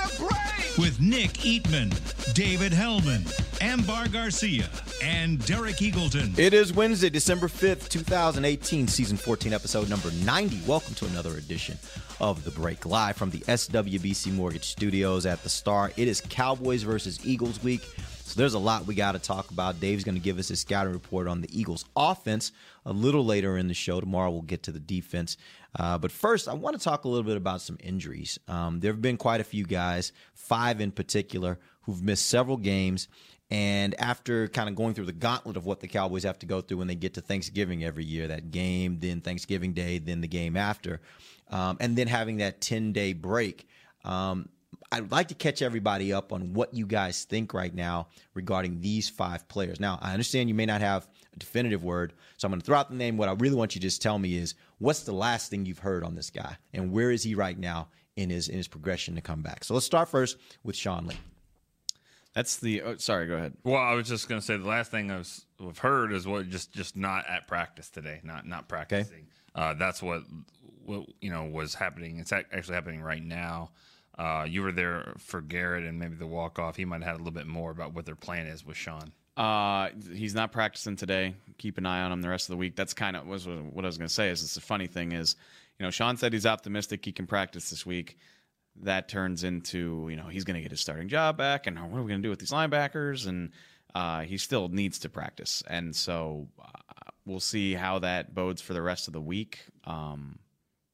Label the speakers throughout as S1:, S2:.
S1: a break.
S2: with Nick Eatman, David Hellman, Ambar Garcia, and Derek Eagleton.
S3: It is Wednesday, December 5th, 2018, season 14, episode number 90. Welcome to another edition of The Break Live from the SWBC Mortgage Studios at the Star. It is Cowboys versus Eagles week. So there's a lot we got to talk about. Dave's going to give us his scouting report on the Eagles offense a little later in the show. Tomorrow we'll get to the defense. Uh, but first, I want to talk a little bit about some injuries. Um, there have been quite a few guys, five in particular, who've missed several games. And after kind of going through the gauntlet of what the Cowboys have to go through when they get to Thanksgiving every year that game, then Thanksgiving Day, then the game after, um, and then having that 10 day break. Um, I'd like to catch everybody up on what you guys think right now regarding these five players. Now, I understand you may not have a definitive word, so I'm going to throw out the name. What I really want you to just tell me is what's the last thing you've heard on this guy, and where is he right now in his in his progression to come back? So let's start first with Sean Lee.
S4: That's the. Oh, sorry, go ahead.
S5: Well, I was just going to say the last thing I've, have heard is what just just not at practice today, not not practicing. Uh, that's what what you know was happening. It's ac- actually happening right now. Uh, you were there for Garrett and maybe the walk off. He might have had a little bit more about what their plan is with Sean.
S4: Uh, he's not practicing today. Keep an eye on him the rest of the week. That's kind of was what I was going to say. Is it's the funny thing is, you know, Sean said he's optimistic he can practice this week. That turns into you know he's going to get his starting job back, and what are we going to do with these linebackers? And uh, he still needs to practice, and so uh, we'll see how that bodes for the rest of the week. Um,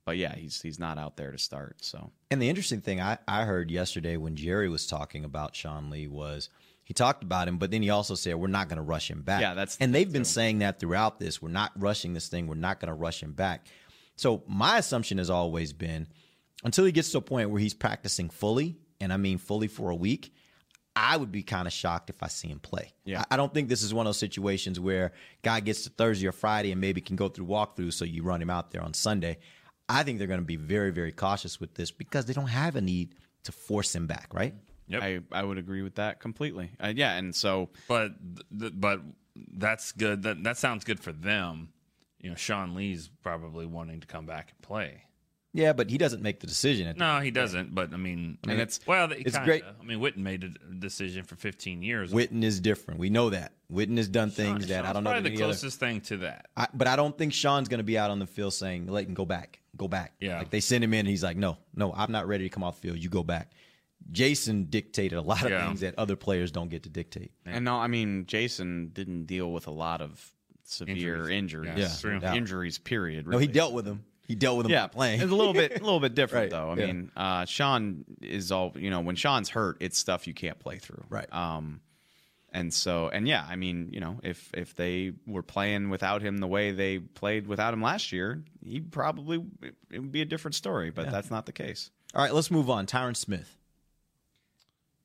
S4: but yeah, he's he's not out there to start. So
S3: And the interesting thing I, I heard yesterday when Jerry was talking about Sean Lee was he talked about him, but then he also said, We're not going to rush him back.
S4: Yeah, that's-
S3: and they've been saying that throughout this. We're not rushing this thing. We're not going to rush him back. So my assumption has always been until he gets to a point where he's practicing fully, and I mean fully for a week, I would be kind of shocked if I see him play.
S4: Yeah.
S3: I, I don't think this is one of those situations where guy gets to Thursday or Friday and maybe can go through walkthroughs, so you run him out there on Sunday. I think they're going to be very, very cautious with this because they don't have a need to force him back, right?
S4: Mm-hmm.
S5: Yep.
S4: I I would agree with that completely. Uh, yeah, and so
S5: But th- but that's good. That that sounds good for them. You know, Sean Lee's probably wanting to come back and play.
S3: Yeah, but he doesn't make the decision. At
S5: No, he doesn't. But I mean, I
S4: mean, it's-
S5: well, they
S3: it's
S5: kinda.
S3: great-
S5: I mean, Witten made a decision for 15 years.
S3: Witten is different. We know that. Witten has done things that I
S5: Sean's
S3: don't know.
S5: Probably
S3: that
S5: the
S3: any other-
S5: closest thing to that.
S3: I, but I don't think Sean's going to be out on the field saying, "Let him go back, go back."
S5: Yeah.
S3: like they send him in, and he's like, "No, no, I'm not ready to come off the field. You go back." Jason dictated a lot of
S5: Yeah.
S3: things that other players don't get to dictate.
S4: And no, I mean Jason didn't deal with a lot of severe injuries.
S5: Yeah, Yeah, true. no doubt.
S4: injuries. Period.
S3: No, he
S4: really.
S3: dealt with them. He dealt with them
S4: Yeah,
S3: by playing.
S4: It's a little bit, a little bit
S3: Right,
S4: different though. I
S3: yeah.
S4: mean, uh, Sean is all you know. When Sean's hurt, it's stuff you can't play through.
S3: Right.
S4: Um, and so, and yeah, I mean, you know, if if they were playing without him the way they played without him last year, he probably it would be a different story. But that's not the case.
S3: All right, let's move on. Tyron Smith.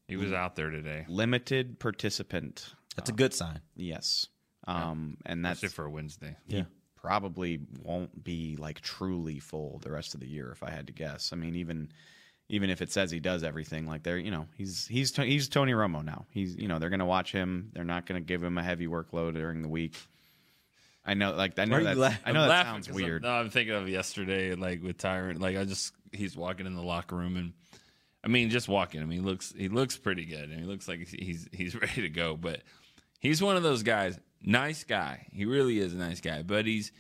S5: He was out there today,
S4: Limited participant.
S3: That's a good sign.
S4: Yes. Um, and that's
S5: especially for Wednesday.
S3: Yeah.
S4: probably won't be like truly full the rest of the year if I had to guess. I mean even even if it says he does everything like they're you know he's he's To- he's Tony Romo now. He's you know they're going to watch him. They're not going to give him a heavy workload during the week. I know like
S3: Why
S4: I
S3: are
S4: know
S3: you
S4: that
S3: laugh-
S4: I know
S5: I'm
S4: that
S5: laughing
S4: sounds
S5: 'cause I'm-
S4: weird.
S5: no, I'm thinking of yesterday, like with Tyrant. Like I just, he's walking in the locker room, and I mean, just walking. I mean, he looks, he looks pretty good, and he looks like he's he's ready to go. But he's one of those guys, nice guy. He really is a nice guy, but he's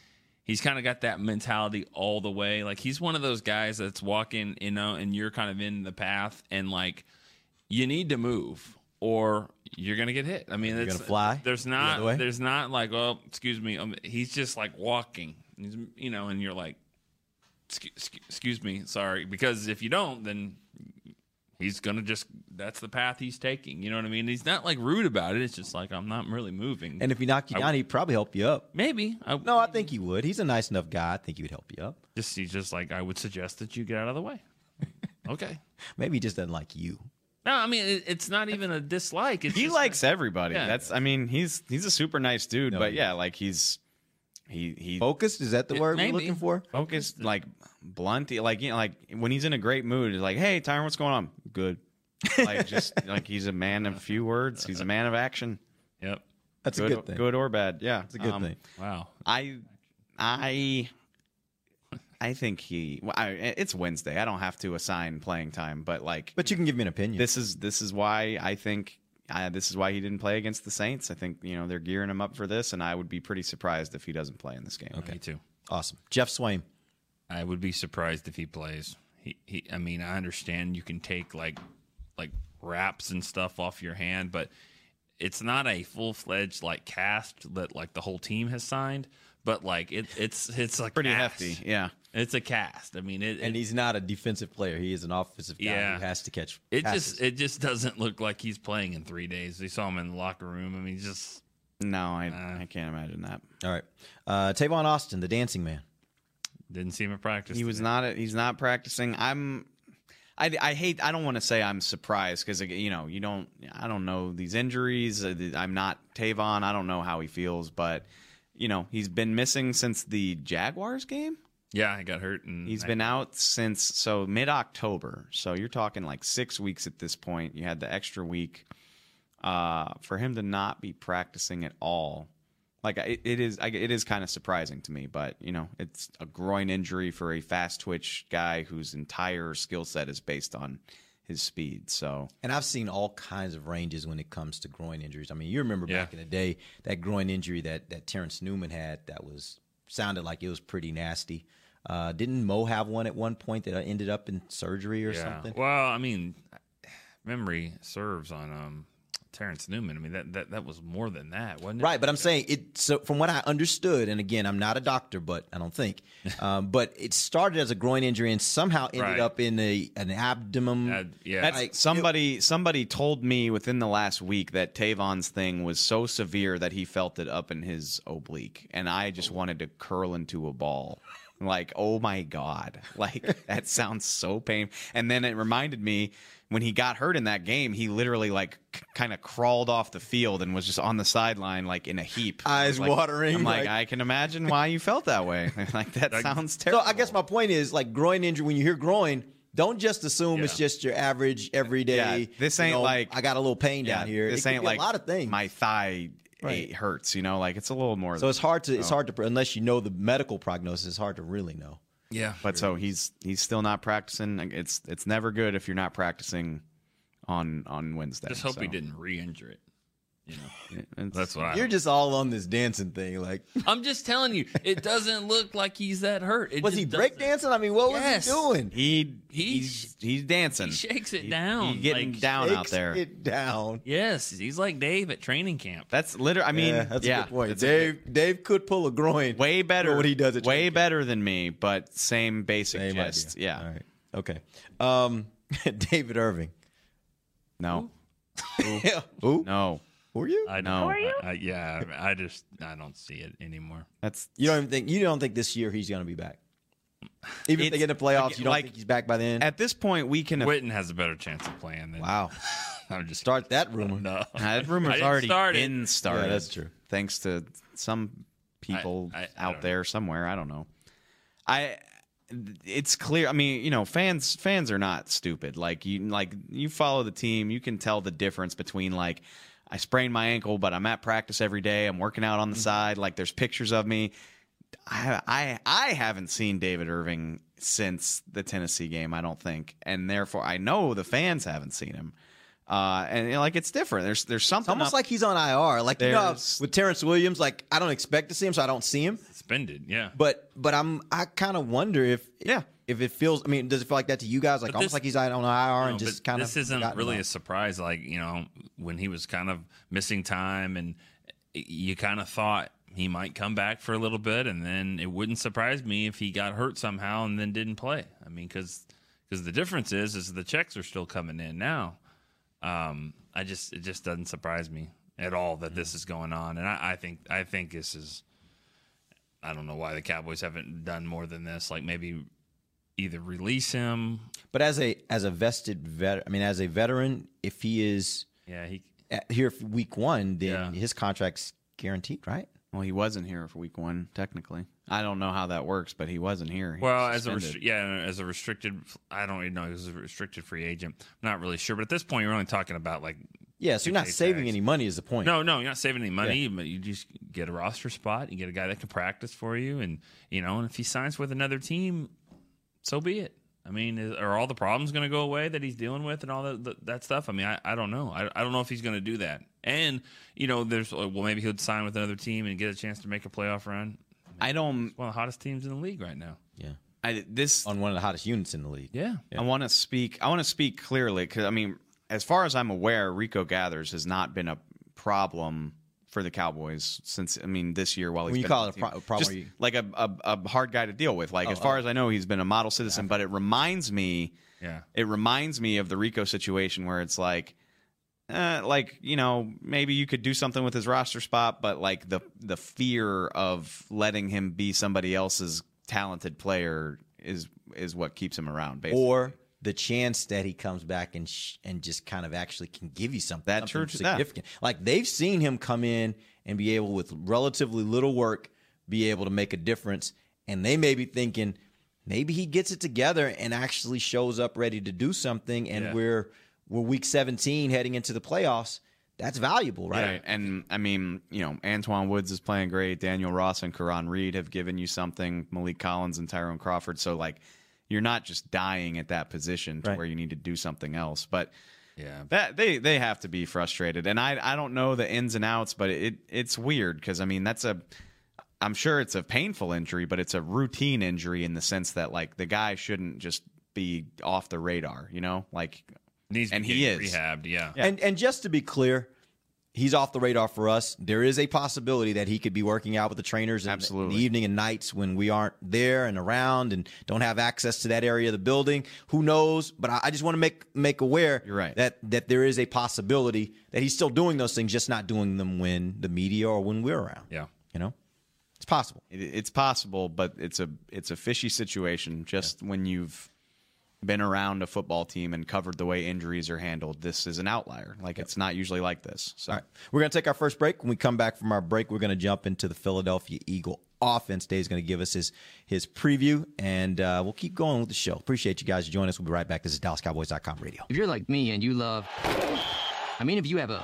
S5: he's kind of got that mentality all the way. Like he's one of those guys that's walking, you know, and you're kind of in the path, and like you need to move or you're gonna get hit. I mean, it's,
S3: gonna fly
S5: There's
S3: the other way?
S5: not. There's not like, well, excuse me. Um, he's just like walking. He's, you know, and you're like, "Excu- excu- excuse me, sorry. Because if you don't, then he's gonna just. That's the path he's taking. You know what I mean? He's not like rude about it. It's just like I'm not really moving.
S3: And if he knocked you down, he'd probably help you up.
S5: maybe I,
S3: No, I think he would. He's a nice enough guy. I think he would help you up.
S5: just he's just like I would suggest that you get out of the way. okay.
S3: Maybe he just doesn't like you.
S5: No, I mean it, it's not even a dislike. It's
S4: He
S5: just-
S4: likes everybody.
S5: Yeah.
S4: That's I mean he's he's a super nice dude, but
S3: he-
S4: yeah, like he's He he
S3: Focused? Is that the word
S5: maybe.
S3: we're looking for?
S4: focused like blunt, like you know, like when he's in a great mood, he's like, "Hey, Tyron, what's going on? Good." like just like he's a man of few words. He's a man of action.
S5: Yep.
S3: That's
S4: good,
S3: a good thing.
S4: good or bad. Yeah, it's
S3: That's a
S5: Um,
S3: good thing.
S5: Wow.
S4: I, I, I think he. Well, I, it's Wednesday. I don't have to assign playing time, but like
S3: But you can give me an opinion.
S4: this is this is why I think uh, this is why he didn't play against the Saints. I think you know they're gearing him up for this, and I would be pretty surprised if he doesn't play in this game.
S5: Me too.
S3: awesome. Jeff Swaim.
S5: I would be surprised if he plays. He, he I mean, I understand you can take like like wraps and stuff off your hand, but it's not a full fledged like cast that like the whole team has signed. But like it, it's it's like
S4: Pretty
S5: cast.
S4: hefty, yeah.
S5: It's a cast. I mean, it
S3: And
S5: it,
S3: he's not a defensive player. He is an offensive guy
S5: Yeah.
S3: who has to catch.
S5: it
S3: passes.
S5: just it just doesn't look like he's playing in three days. We saw him in the locker room. I mean, just
S4: No, I I can't imagine that.
S3: All right. Uh, Tavon Austin, the dancing man.
S5: didn't see him at practice.
S4: He was
S5: today.
S4: not. He's not practicing. I'm. I, I hate. I don't want to say I'm surprised because you know you don't. I don't know these injuries. Uh, th- I'm not Tavon. I don't know how he feels, but you know he's been missing since the Jaguars game.
S5: Yeah, I got hurt, and
S4: He's
S5: Mm-hmm. I-
S4: been out since so mid October. So you're talking like six weeks at this point. You had the extra week. Uh, for him to not be practicing at all, like it, it is, I, it is kind of surprising to me. But you know, it's a groin injury for a fast twitch guy whose entire skill set is based on his speed. So
S3: And I've seen all kinds of ranges when it comes to groin injuries. I mean, you remember
S5: Yeah.
S3: back in the day that groin injury that that Terrence Newman had that was sounded like it was pretty nasty. Uh, didn't Mo have one at one point that ended up in surgery or something?
S5: Well, I mean, memory serves on um, Terrence Newman. I mean, that, that that was more than that, wasn't it?
S3: Right, but I'm saying it. So from what I understood, and again, I'm not a doctor, but I don't think. Um, but it started as a groin injury and somehow ended
S5: Right.
S3: up in a an abdomen.
S5: That- yeah,
S4: That's,
S3: Like,
S4: somebody somebody told me within the last week that Tavon's thing was so severe that he felt it up in his oblique, and I
S3: Oh.
S4: just wanted to curl into a ball. Like, oh my god! Like that sounds so painful. And then it reminded me when he got hurt in that game, he literally like c- kind of crawled off the field and was just on the sideline like in a heap,
S3: Eyes
S4: Like,
S3: watering,
S4: I'm like,
S3: like-
S4: I can imagine why you felt that way. like that sounds terrible.
S3: So I guess my point is like groin injury. When you hear groin, don't just assume it's
S5: Yeah.
S3: just your average everyday.
S4: Yeah, this
S3: you
S4: ain't
S3: know,
S4: like-
S3: I got a little pain down here.
S4: This
S3: It could
S4: ain't
S3: be
S4: like
S3: a lot of things.
S4: My thigh
S3: Right.
S4: hurts, you know, like it's a little more.
S3: so it's hard to it's
S4: Oh.
S3: hard to unless you know the medical prognosis. It's hard to really know.
S5: yeah.
S4: but so he's he's still not practicing. Like, It's it's never good if you're not practicing on on Wednesday.
S5: just hope
S4: so.
S5: he didn't re-injure it. You know,
S4: It's-
S5: that's what I.
S3: You're just all on this dancing thing. Like,
S5: I'm just telling you, it doesn't look like he's that hurt. It
S3: was
S5: just
S3: he
S5: doesn't.
S3: breakdancing? I mean, what was
S5: Yes.
S3: he doing?
S4: he
S5: He
S4: he's he's dancing.
S5: He shakes it
S4: He-
S5: down.
S4: He getting
S5: like-
S4: down out
S3: Takes
S4: there.
S3: it down.
S5: Yes, he's like Dave at training camp.
S4: that's literally. I
S3: yeah,
S4: mean, yeah,
S3: that's a good point.
S4: that's
S3: Dave Dave could pull a groin.
S4: way better.
S3: what he does at
S4: way
S3: training camp.
S4: better than me, but same basic
S3: Same
S4: gist.
S3: idea.
S4: Yeah,
S3: All right. Okay. Um, David Irving.
S4: no,
S3: Who?
S4: no, Uh,
S3: Who are you?
S5: I
S4: No. Were
S5: I, I- yeah, I just I don't see it anymore.
S4: that's
S3: You don't even think you don't think this year he's going to be back. Even if they
S4: It's-
S3: get in the playoffs,
S4: okay,
S3: you don't
S4: like-
S3: think he's back by then.
S4: at this point we can.
S5: Witten has a better chance of playing than
S3: wow,
S5: I'm just
S3: start that rumor.
S5: no.
S4: That
S5: I
S4: rumor's
S5: didn't
S4: already
S5: start it.
S4: been started.
S3: Yeah, that's true.
S4: Thanks to some people
S5: I- I
S4: out
S5: don't
S4: there somewhere. I don't know. I. It's clear. I mean, you know, fans fans are not stupid. Like you, like you follow the team, you can tell the difference between like I sprained my ankle, but I'm at practice every day. I'm working out on the side. Like there's pictures of me. I I I haven't seen David Irving since the Tennessee game, I don't think, and therefore I know the fans haven't seen him. Uh, and you know, like it's different. There's there's
S3: It's
S4: something
S3: almost
S4: up-
S3: like he's on IR. Like you know,
S4: There's-
S3: with Terrence Williams, like I don't expect to see him, so I don't see him.
S5: suspended. Yeah,
S3: But but I'm I kind of wonder if
S4: Yeah.
S3: if it feels. I mean, does it feel like that to you guys? Like almost
S5: this-
S3: like he's on IR and
S5: No,
S3: just
S5: but
S3: kind of.
S5: this isn't really a surprise. Like you know, when he was kind of missing time, and eh, you kind of thought he might come back for a little bit, and then it wouldn't surprise me if he got hurt somehow and then didn't play. I mean, because the difference is is the checks are still coming in now. Um, I just it just doesn't surprise me at all that
S3: Mm.
S5: this is going on, and I, I think I think this is. I don't know why the Cowboys haven't done more than this. Like maybe either release him.
S3: But as a as a vested vet, I mean, as a veteran, if he is
S5: Yeah, he
S3: at- here for week one, then
S5: Yeah.
S3: his contract's guaranteed, right?
S4: Well, he wasn't here for week one, technically. I don't know how that works, but he wasn't here. He
S5: Well,
S4: was
S5: as a restri-
S4: suspended.
S5: yeah, as a restricted, I don't even know. As a restricted free agent, I'm not really sure. But at this point, you're only talking about like
S3: Yeah, so you're not
S5: Two-day
S3: saving
S5: tags.
S3: any money is the point.
S5: no, no, you're not saving any money. But you just get a roster spot. You get a guy that can practice for you, and you know, and if he signs with another team, so be it. I mean, is, are all the problems going to go away that he's dealing with and all that that, that stuff? I mean, I, I don't know. I, I don't know if he's going to do that. And you know, there's uh, well, maybe he'll sign with another team and get a chance to make a playoff run.
S4: I don't.
S5: One of the hottest teams in the league right now.
S3: Yeah.
S4: I this
S3: On one of the hottest units in the league.
S5: Yeah.
S4: I want to speak. I want to speak clearly because I mean, as far as I'm aware, Rico Gathers has not been a problem for the Cowboys since I mean this year. While he's
S3: When you
S4: been
S3: call
S4: on
S3: it a
S4: the team.
S3: pro- Oh, a problem,
S4: Just
S3: are you-
S4: like a, a a hard guy to deal with. Like as far as I know, he's been a model citizen. But it reminds me,
S5: Yeah.
S4: it reminds me of the Rico situation where it's like. Uh, like you know, maybe you could do something with his roster spot, but like the the fear of letting him be somebody else's talented player is is what keeps him around. Basically,
S3: Or the chance that he comes back and sh- and just kind of actually can give you something,
S4: That
S3: something
S4: true- yeah.
S3: significant. Like they've seen him come in and be able with relatively little work be able to make a difference and they may be thinking maybe he gets it together and actually shows up ready to do something and
S5: Yeah.
S3: we're we're week 17 heading into the playoffs. That's valuable, right?
S4: Right. And I mean, you know, Antoine Woods is playing great. Daniel Ross and Karan Reed have given you something. Malik Collins and Tyrone Crawford. So like you're not just dying at that position to
S3: Right.
S4: where you need to do something else. But
S5: Yeah.
S4: that they they have to be frustrated. And I I don't know the ins and outs, but it it's weird because I mean that's a I'm sure it's a painful injury, but it's a routine injury in the sense that like the guy shouldn't just be off the radar, you know? Like
S5: Needs to
S4: And
S5: be
S4: he
S5: getting
S4: is.
S5: rehabbed. Yeah.
S3: And and just to be clear, he's off the radar for us. There is a possibility that he could be working out with the trainers in the-
S4: Absolutely.
S3: in the evening and nights when we aren't there and around and don't have access to that area of the building. Who knows? But I, I just want to make make aware
S4: You're right.
S3: that that there is a possibility that he's still doing those things, just not doing them when the media or when we're around.
S5: Yeah.
S3: You know? It's possible.
S4: It, it's possible, but it's a it's a fishy situation. Just when you've been around a football team and covered the way injuries are handled, this is an outlier. Like it's not usually like this. So
S3: All right. We're going to take our first break. When we come back from our break, we're going to jump into the Philadelphia Eagle offense. Dave's going to give us his his preview, and uh, we'll keep going with the show. Appreciate you guys joining us. We'll be right back. This is DallasCowboys.com radio.
S6: If you're like me and you love. I mean, if you have a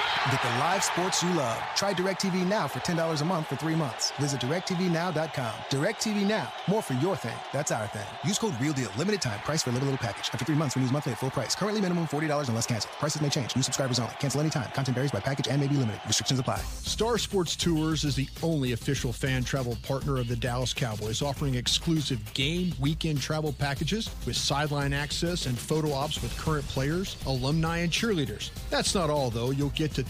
S1: Get the live sports you love. Try DirecTV Now for $10 a month for three months. Visit DirecTVNow.com. DirecTV Now. More for your thing. That's our thing. Use code REALDEAL. Limited time. Price for a little, little package. After three months, renews monthly at full price. Currently minimum $40 unless canceled. Prices may change. New subscribers only. Cancel anytime. Content varies by package and may be limited. Restrictions apply.
S7: Star Sports Tours is the only official fan travel partner of the Dallas Cowboys, offering exclusive game weekend travel packages with sideline access and photo ops with current players, alumni, and cheerleaders. That's not all, though. You'll get to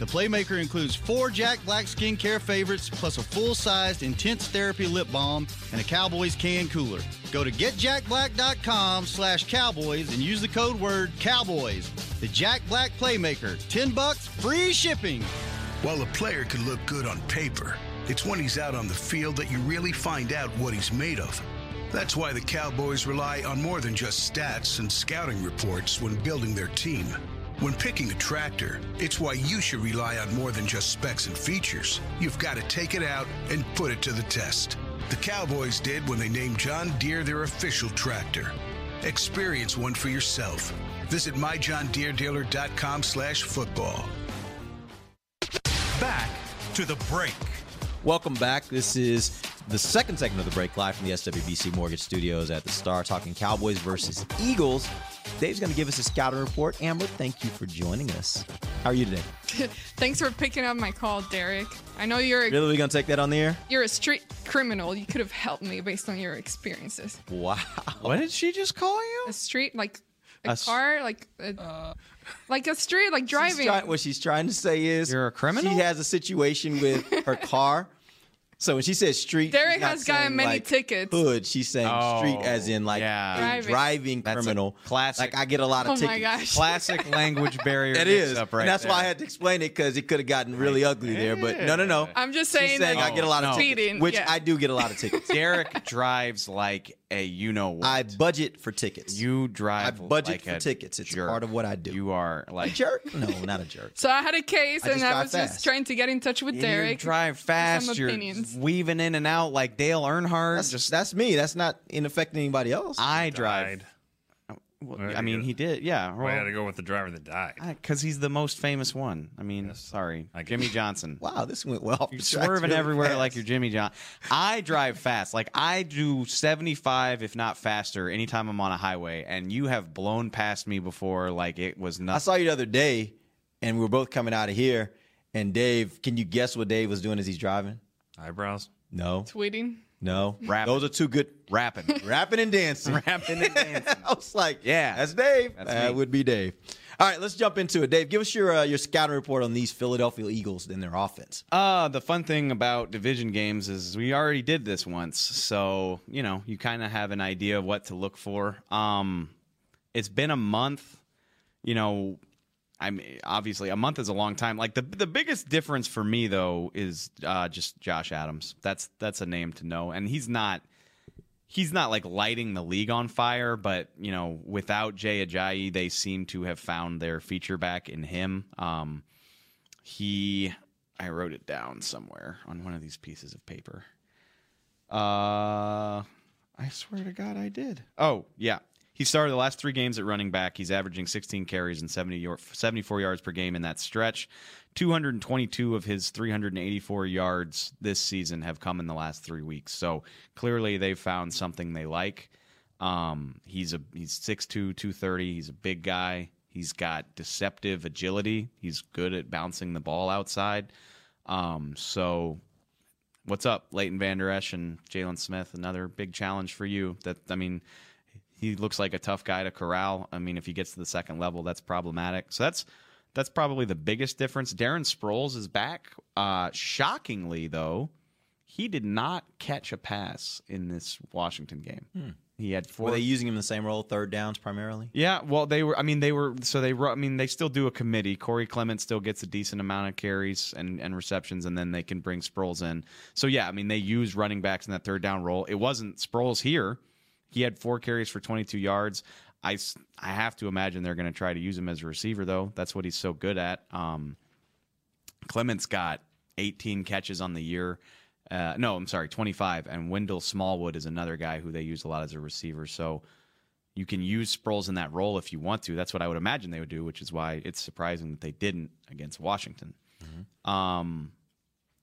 S8: The Playmaker includes four Jack Black skincare favorites plus a full-sized intense therapy lip balm and a Cowboys can cooler. Go to getjackblack.com slash cowboys and use the code word cowboys. The Jack Black Playmaker, 10 bucks, free shipping.
S7: While a player can look good on paper, it's when he's out on the field that you really find out what he's made of. That's why the Cowboys rely on more than just stats and scouting reports when building their team. When picking a tractor, it's why you should rely on more than just specs and features. You've got to take it out and put it to the test. The Cowboys did when they named John Deere their official tractor. Experience one for yourself. Visit myjohndeerdealer.com slash football.
S2: Back to the break.
S3: Welcome back. This is the second segment of the break live from the SWBC Mortgage Studios at the Star, talking Cowboys versus Eagles. Dave's going to give us a scouting report. Amber, thank you for joining us. How are you today?
S9: Thanks for picking up my call, Derek. I know you're a,
S3: Really, we going to take that on the air?
S9: you're a street criminal. You could have helped me based on your experiences.
S3: Wow.
S4: What did she just call you?
S9: A street like a,
S3: A s-
S9: car, like a, like a street, like
S3: Uh, She's
S9: driving.
S3: try- what she's trying to say is
S4: You're a criminal?
S3: She has a situation with her car. So when she says street, she's
S9: Derek
S3: not
S9: has gotten
S3: saying,
S9: many
S3: like,
S9: tickets.
S3: Hood, she's saying street
S4: Oh,
S3: as in like
S4: yeah.
S3: a driving,
S9: Driving.
S4: That's a
S3: criminal.
S4: classic-
S3: Like I get a lot of
S9: Oh
S3: tickets.
S9: my gosh.
S4: Classic language barrier.
S3: It is,
S4: mix-up right
S3: and that's why I
S4: there.
S3: had to explain it because it could have gotten really ugly there. But no, no, no.
S9: I'm just
S3: She's
S9: saying,
S3: saying
S9: that
S3: I get a lot of
S4: no.
S3: tickets,
S9: Speeding,
S3: which
S9: yeah.
S3: I do get a lot of tickets.
S4: Derek drives like a you know what.
S3: I budget for tickets.
S4: you drive.
S3: I budget
S4: like
S3: for
S4: a
S3: tickets. It's a
S4: jerk.
S3: part of what I do.
S4: You are like
S3: jerk? No, not a jerk.
S9: so I had a case,
S3: I
S9: and
S3: just
S9: I
S3: drive
S9: was
S3: fast.
S9: just trying to get in touch with
S4: You
S9: Derek.
S4: drive
S9: some
S4: fast. You're
S9: opinions.
S4: weaving in and out like Dale Earnhardt.
S3: That's
S4: just
S3: that's me. That's not in affecting anybody else.
S4: I drive. Oh,
S5: Died.
S4: Well,
S5: Well,
S4: I mean,
S5: you-
S4: he did. Yeah,
S5: Well, I had to
S4: well,
S5: go with the driver that died.
S4: because he's the most famous one. I mean, sorry,
S5: I guess.
S4: Jimmy Johnson.
S3: wow, this went well.
S4: You're swerving everywhere like you're Jimmy John. I drive fast. Like I do 75, if not faster, anytime I'm on a highway. And you have blown past me before, like it was
S3: I
S4: nothing.
S3: saw you the other day, and we were both coming out of here. And Dave, can you guess what Dave was doing as he's driving?
S5: Eyebrows.
S3: No,
S9: tweeting.
S3: no.
S4: Rapping.
S3: Those are two good
S4: Rapping.
S3: rapping and dancing.
S4: Rapping and dancing.
S3: I was like,
S4: Yeah.
S3: that's Dave.
S4: That's
S3: that
S4: me.
S3: would be Dave. All right, let's jump into it. Dave, give us your uh, your scouting report on these Philadelphia Eagles and their offense.
S4: Uh, the fun thing about division games is we already did this once, so you know you kind of have an idea of what to look for. Um, it's been a month. You know, I mean, obviously a month is a long time. Like the the biggest difference for me though is uh, just Josh Adams. That's that's a name to know, and he's not he's not like lighting the league on fire, but you know, without Jay Ajayi, they seem to have found their feature back in him. Um, he, I wrote it down somewhere on one of these pieces of paper. Uh, I swear to God, I did. Oh yeah, he started the last three games at running back. He's averaging 16 carries and 70 yar- 74 yards per game in that stretch. 222 of his 384 yards this season have come in the last three weeks. So clearly, they've found something they like. Um, he's a he's 6'2", 230. He's a big guy. He's got deceptive agility. He's good at bouncing the ball outside. Um, so what's up, Leighton Van Der Esch and Jalen Smith? Another big challenge for you. That I mean, he looks like a tough guy to corral. I mean, if he gets to the second level, that's problematic. So that's that's probably the biggest difference. Darren Sproles is back. Uh, shockingly, though, he did not catch a pass in this Washington game. He had four.
S3: Were they using him in the same role, third downs primarily?
S4: Yeah, well, they were. I mean, they were. So they. ru- I mean, they still do a committee. Corey Clement still gets a decent amount of carries and, and receptions, and then they can bring Sproles in. So yeah, I mean, they use running backs in that third down role. It wasn't Sproles here. He had four carries for 22 yards. I s- I have to imagine they're going to try to use him as a receiver, though. That's what he's so good at. Um, Clement's got 18 catches on the year. Uh, no, I'm sorry, 25. And Wendell Smallwood is another guy who they use a lot as a receiver. So you can use Sproles in that role if you want to. That's what I would imagine they would do, which is why it's surprising that they didn't against Washington.
S3: Mm-hmm.
S4: Um,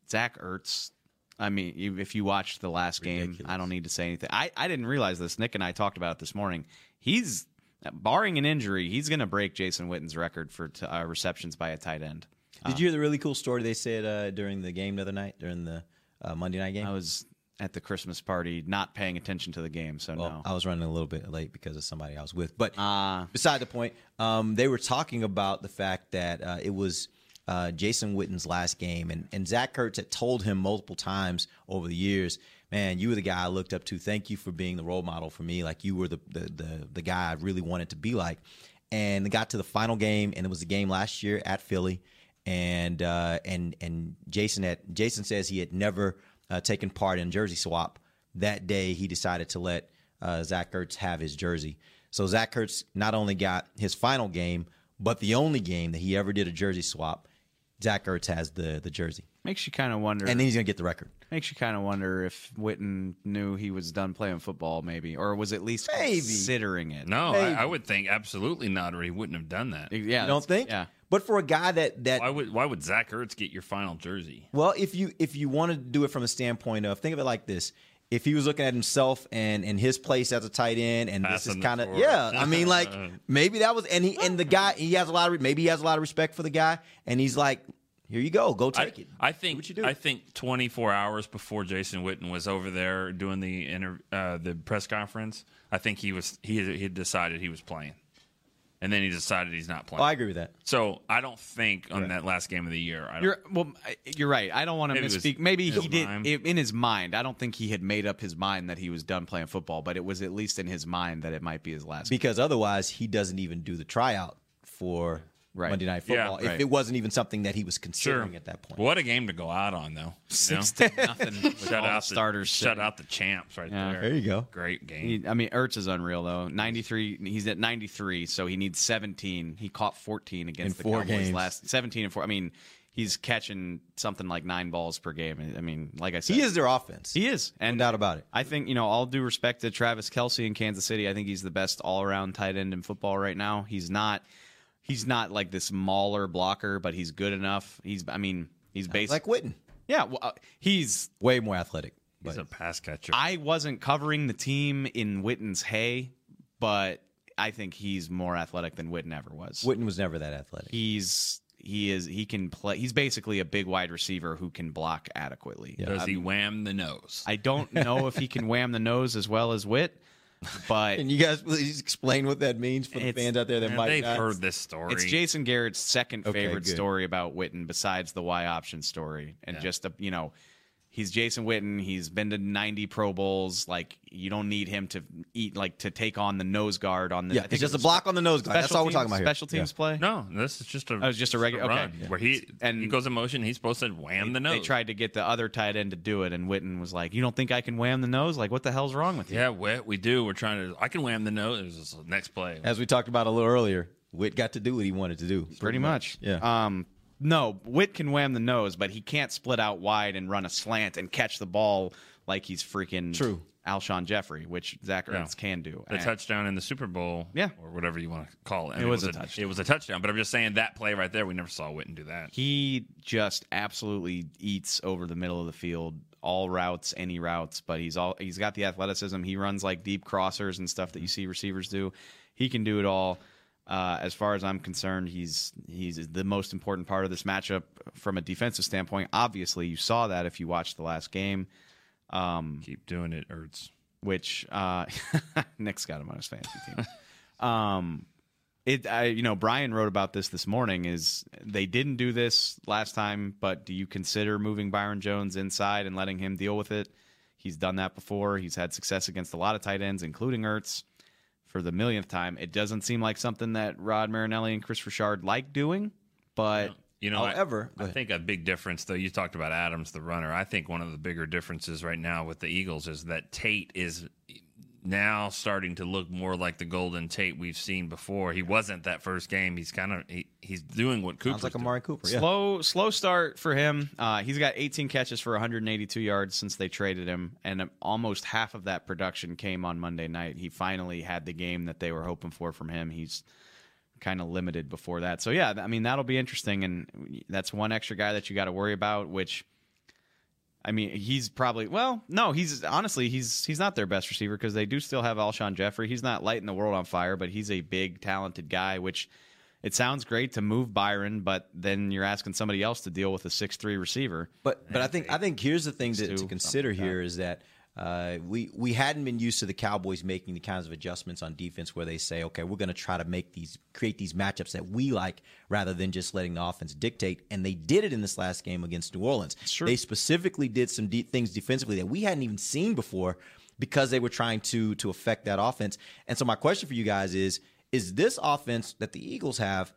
S4: Zach Ertz. I mean, you- if you watched the last game, I don't need to say anything. I, I didn't realize this. Nick and I talked about it this morning. He's, barring an injury, he's going to break Jason Witten's record for t- uh, receptions by a tight end.
S3: Did you hear the really cool story they said uh, during the game the other night, during the uh, Monday night game?
S4: I was at the Christmas party, not paying attention to the game, so
S3: Well, uh,
S4: no.
S3: I was running a little bit late because of somebody I was with. But
S4: Ah.
S3: beside the point, um, they were talking about the fact that uh, it was uh, Jason Witten's last game, and, and Zach Kurtz had told him multiple times over the years, "Man, you were the guy I looked up to. Thank you for being the role model for me. Like you were the the the, the guy I really wanted to be like." And it got to the final game, and it was the game last year at Philly, and uh, and and Jason had Jason says he had never uh, taken part in jersey swap. That day, he decided to let uh, Zach Ertz have his jersey. So Zach Ertz not only got his final game, but the only game that he ever did a jersey swap. Zach Ertz has the the jersey,
S4: makes you kind of wonder.
S3: and then he's gonna get the record.
S4: makes you kind of wonder if Witten knew he was done playing football, maybe, or was at least
S3: Maybe.
S4: considering it.
S5: No, I, I would think absolutely not, or he wouldn't have done that.
S4: yeah,
S3: You don't
S4: that's-
S3: think?
S4: Yeah,
S3: But for a guy that that
S5: Why would Why would Zach Ertz get your final jersey?
S3: Well, if you if you want to do it from a standpoint of think of it like this, if he was looking at himself and and his place as a tight end, and this
S5: Passing
S3: is
S5: it
S3: kind of
S5: forward.
S3: yeah. I mean, like maybe that was and he and the guy he has a lot of re- maybe he has a lot of respect for the guy, and he's like, here you go, go
S5: I,
S3: take it.
S5: I think I think 24 hours before Jason Witten was over there doing the inter, uh, the press conference, I think he was he he had decided he was playing, and then he decided he's not playing.
S3: Oh, I agree with that.
S5: So I don't think on that last game of the year, I don't,
S4: You're well. I- You're right. I don't want to
S5: Maybe it was
S4: misspeak. Maybe
S5: his
S4: he did
S5: mind.
S4: i- in his mind. I don't think he had made up his mind that he was done playing football, but it was at least in his mind that it might be his last. game.
S3: because otherwise he doesn't even do the tryout for
S4: Right.
S3: Monday Night
S5: Yeah,
S3: Football if
S4: right.
S3: it wasn't even something that he was considering
S5: Sure.
S3: at that point.
S5: what a game to go out on though. You know?
S4: Six to nothing. with all
S5: Shut
S4: the
S5: out
S4: starters.
S5: The, shut
S4: sitting.
S5: out the champs right
S4: Yeah.
S5: there.
S3: There you go.
S5: Great game.
S4: He- I mean, Ertz is unreal though. Ninety three. He's at ninety three, so he needs seventeen. He caught fourteen
S3: In
S4: against the
S3: four
S4: Cowboys
S3: games.
S4: last seventeen and four. I mean, he's catching something like nine balls per game. I mean, like I said,
S3: He is their offense.
S4: He is, and
S3: doubt about it.
S4: I think you know. All due respect to Travis Kelsey in Kansas City, I think he's the best all around tight end in football right now. He's not, he's not like this mauler blocker, but he's good enough. He's, I mean, he's basic.
S3: like Witten,
S4: yeah, well, uh, he's
S3: way more athletic. But
S5: He's a pass catcher.
S4: I wasn't covering the team in Witten's hay, but I think he's more athletic than Witten ever was.
S3: Witten was never that athletic.
S4: He's he is he can play. He's basically a big wide receiver who can block adequately.
S5: Does he wham the nose?
S4: I don't know if he can wham the nose as well as Witt, but
S3: Can you guys please explain what that means for the
S4: It's-
S3: fans out there that
S5: Man,
S3: might
S5: they've
S3: not?
S5: heard this story.
S4: it's Jason Garrett's second
S3: Okay,
S4: favorite
S3: good.
S4: story about Witten besides the Y option story, and just the, you know. He's Jason Witten. He's been to 90 Pro Bowls. Like you don't need him to eat, like to take on the nose guard on the.
S3: Yeah,
S4: I think
S3: it's
S4: it
S3: just a
S4: was-
S3: block on the nose guard. That's
S4: Special
S3: all we're talking
S4: teams-
S3: about here.
S4: Special teams play.
S5: No, this is just a.
S4: Oh, it's just a regular- okay.
S5: run where he
S4: And-
S5: and he goes in motion. He's supposed to wham the nose.
S4: They tried to get the other tight end to do it, and Witten was like, "You don't think I can wham the nose? Like, what the hell's wrong with you?"
S5: Yeah, we, we do. We're trying to. I can wham the nose. It was just the next play.
S3: As we talked about a little earlier, Witt got to do what he wanted to do.
S4: pretty much.
S3: Yeah.
S4: Um, no, Witt can wham the nose, but he can't split out wide and run a slant and catch the ball like he's freaking
S3: True.
S4: Alshon Jeffrey, which Zach
S5: No.
S4: Ertz can do.
S5: the
S4: And-
S5: touchdown in the Super Bowl,
S4: Yeah.
S5: or whatever you want to call it. I
S4: It
S5: mean,
S4: was a touchdown.
S5: It was a touchdown. But I'm just saying that play right there. We never saw Witten do that.
S4: He just absolutely eats over the middle of the field, all routes, any routes. But he's all he's got the athleticism. He runs like deep crossers and stuff that you see receivers do. He can do it all. Uh, as far as I'm concerned, he's he's the most important part of this matchup from a defensive standpoint. Obviously, you saw that if you watched the last game,
S5: Keep doing it, Ertz.
S4: which uh, Nick's got him on his fantasy team. um, it I, you know Brian wrote about this this morning is they didn't do this last time but do you consider moving Byron Jones inside and letting him deal with it he's done that before he's had success against a lot of tight ends including Ertz for the millionth time it doesn't seem like something that Rod Marinelli and Chris Richard like doing but
S5: You know, I-
S3: However-
S5: I,
S3: go ahead.
S5: think a big difference though. You talked about Adams, the runner. I think one of the bigger differences right now with the Eagles is that Tate is now starting to look more like the Golden Tate we've seen before. He wasn't that first game. He's kind of he, he's doing what Cooper's
S3: Sounds like
S5: doing.
S3: Amari Cooper. Yeah.
S4: Slow, slow start for him. Uh, he's got 18 catches for 182 yards since they traded him, and um, almost half of that production came on Monday night. He finally had the game that they were hoping for from him. He's kind of limited before that, so yeah, I mean that'll be interesting, and that's one extra guy that you got to worry about. Which, I mean, he's probably well, no, he's honestly he's he's not their best receiver because they do still have Alshon Jeffrey. He's not lighting the world on fire, but he's a big, talented guy, which. It sounds great to move Byron, but then you're asking somebody else to deal with a six-three receiver.
S3: But but I think I think here's the thing
S4: two,
S3: to, to
S4: something
S3: consider
S4: like that.
S3: here is that uh, we we hadn't been used to the Cowboys making the kinds of adjustments on defense where they say, okay, we're going to try to make these create these matchups that we like rather than just letting the offense dictate. And they did it in this last game against New Orleans.
S4: Sure.
S3: They specifically did some de- things defensively that we hadn't even seen before because they were trying to to affect that offense. And so my question for you guys is: Is this offense that the Eagles have?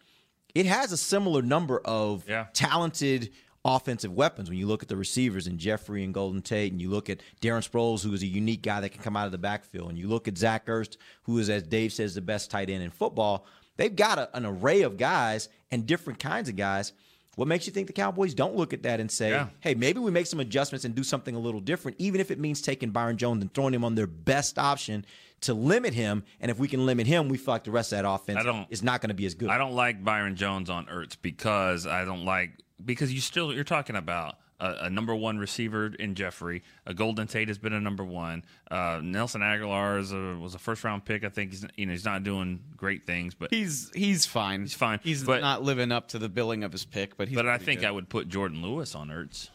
S3: It has a similar number of
S5: Yeah.
S3: talented offensive weapons. When you look at the receivers and Jeffrey and Golden Tate, and you look at Darren Sproles, who is a unique guy that can come out of the backfield, and you look at Zach Ertz, who is, as Dave says, the best tight end in football. They've got a, an array of guys and different kinds of guys. What makes you think the Cowboys don't look at that and say,
S5: Yeah.
S3: hey, maybe we make some adjustments and do something a little different, even if it means taking Byron Jones and throwing him on their best option to limit him? And if we can limit him, we feel like the rest of that offense
S5: I don't-
S3: is not going to be as good.
S5: I don't like Byron Jones on Ertz because I don't like because you still you're talking about a, a number one receiver in Jeffrey. A Golden Tate has been a number one. Uh, Nelson Aguilar is a, was a first round pick. I think he's you know he's not doing great things, but
S4: he's he's fine.
S5: He's fine.
S4: He's
S5: But-
S4: not living up to the billing of his pick, but he's
S5: but I
S4: pretty
S5: think
S4: good.
S5: I would put Jordan Lewis on Ertz.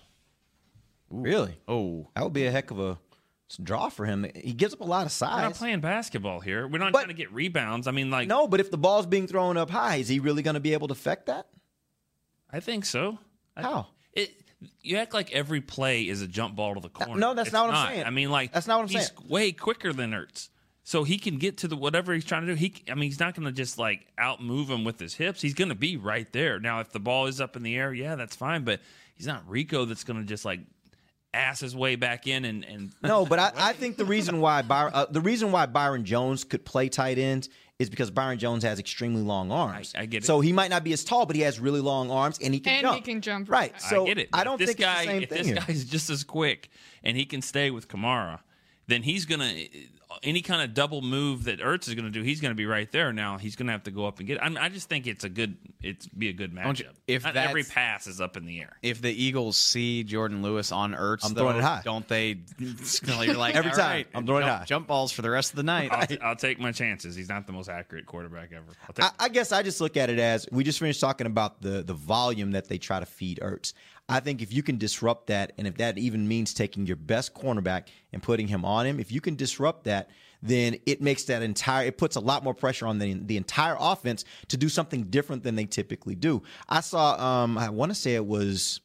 S3: Really?
S4: Oh,
S3: that would be a heck of a draw for him. He gives up a lot of
S5: We're not
S3: size.
S5: playing basketball here. We're not trying to get rebounds. I mean, like
S3: No, but if the ball's being thrown up high, is he really going to be able to affect that?
S5: I think so. I-
S3: How?
S5: It, you act like every play is a jump ball to the corner.
S3: no, that's
S5: It's
S3: not what I'm saying.
S5: I mean, like
S3: That's not what I'm
S5: he's
S3: saying.
S5: way quicker than Ertz, so he can get to the whatever he's trying to do. He, I mean, he's not going to just like outmove him with his hips. He's going to be right there. Now, if the ball is up in the air, yeah, that's fine. But he's not Rico that's going to just like ass his way back in and and
S3: No, but I, I think the reason why Byron, uh, the reason why Byron Jones could play tight end is because Byron Jones has extremely long arms.
S5: I get it.
S3: So he might not be as tall, but he has really long arms and he can
S9: And
S3: jump.
S9: he can jump.
S3: Right. So
S5: I get it.
S3: I
S5: If
S3: don't
S5: this
S3: think
S5: guy,
S3: it's the same
S5: if
S3: thing.
S5: this
S3: here.
S5: guy's just as quick and he can stay with Kamara, then he's gonna any kind of double move that Ertz is gonna do, he's gonna be right there. Now he's gonna have to go up and get. I, mean, I just think it's a good, it's be a good
S4: Don't you-
S5: matchup.
S4: if
S5: Not
S4: that's-
S5: every pass is up in the air,
S4: if the Eagles see Jordan Lewis on Ertz,
S3: I'm
S4: though,
S3: throwing it high.
S4: Don't they? You're like
S3: Every
S4: "All
S3: time,
S4: right,
S3: I'm throwing it
S4: jump-
S3: high."
S4: Jump balls for the rest of the night.
S5: I'll, t- I'll take my chances. He's not the most accurate quarterback ever. I'll take
S3: I, I guess I just look at it as we just finished talking about the the volume that they try to feed Ertz. I think if you can disrupt that, and if that even means taking your best cornerback and putting him on him, if you can disrupt that, then it makes that entire it puts a lot more pressure on the the entire offense to do something different than they typically do. I saw, um, I want to say it was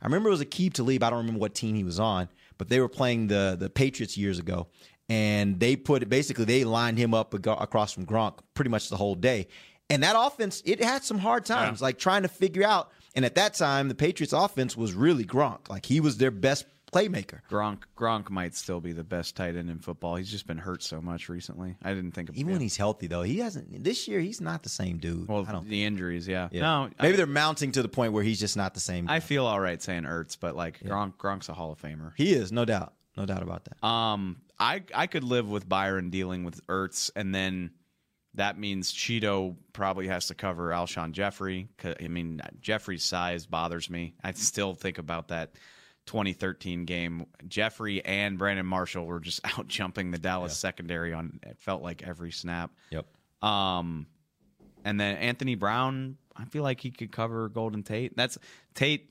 S3: I remember it was Akib Talib. I don't remember what team he was on, but they were playing the the Patriots years ago, and they put basically they lined him up ag- across from Gronk pretty much the whole day, and that offense it had some hard times, like trying to figure out. And at that time, the Patriots offense was really Gronk, like he was their best playmaker.
S4: Gronk Gronk might still be the best tight end in football. He's just been hurt so much recently. I didn't think of
S3: Even
S4: yeah.
S3: when he's healthy, though, he hasn't. This year, he's not the same dude.
S4: well
S3: I don't.
S4: the injuries. Yeah,
S3: yeah.
S4: no,
S3: maybe
S4: I,
S3: they're mounting to the point where he's just not the same.
S4: I feel all right saying Ertz, but like Gronk Gronk's a Hall of Famer.
S3: he is, no doubt, no doubt about that.
S4: Um, I I could live with Byron dealing with Ertz, and then that means Cheeto probably has to cover Alshon Jeffrey. 'Cause, I mean, Jeffrey's size bothers me. I still think about that 2013 game. Jeffrey and Brandon Marshall were just out jumping the Dallas secondary on it felt like every snap.
S3: Yep.
S4: Um, and then Anthony Brown, I feel like he could cover Golden Tate. That's Tate.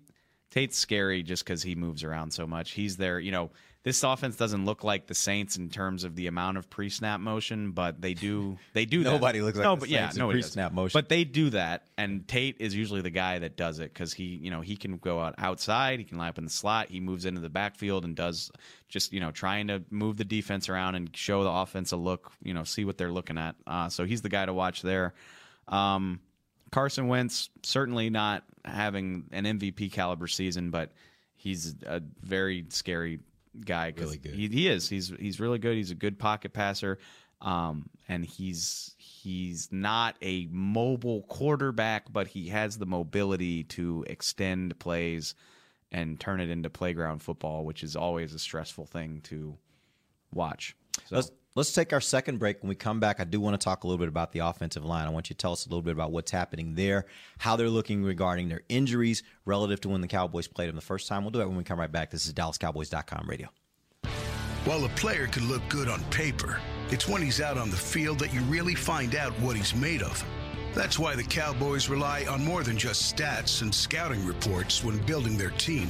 S4: Tate's scary just because he moves around so much. He's there. You know, this offense doesn't look like the Saints in terms of the amount of pre-snap motion, but they do. They do. that.
S3: Nobody looks like
S4: no,
S3: the
S4: but yeah,
S3: Saints in
S4: no
S3: pre-snap motion.
S4: But they do that, and Tate is usually the guy that does it because he, you know, he can go out outside. He can line up in the slot. He moves into the backfield and does just you know trying to move the defense around and show the offense a look. You know, see what they're looking at. Uh, so he's the guy to watch there. Um, Carson Wentz certainly not having an MVP caliber season, but he's a very scary guy. Really good. He, he is. He's he's really good. He's a good pocket passer, um, and he's he's not a mobile quarterback, but he has the mobility to extend plays and turn it into playground football, which is always a stressful thing to watch. So
S3: Let's let's take our second break. When we come back, I do want to talk a little bit about the offensive line. I want you to tell us a little bit about what's happening there, how they're looking regarding their injuries relative to when the Cowboys played them the first time. We'll do that when we come right back. This is DallasCowboys.com radio.
S7: While a player can look good on paper, it's when he's out on the field that you really find out what he's made of. That's why the Cowboys rely on more than just stats and scouting reports when building their team.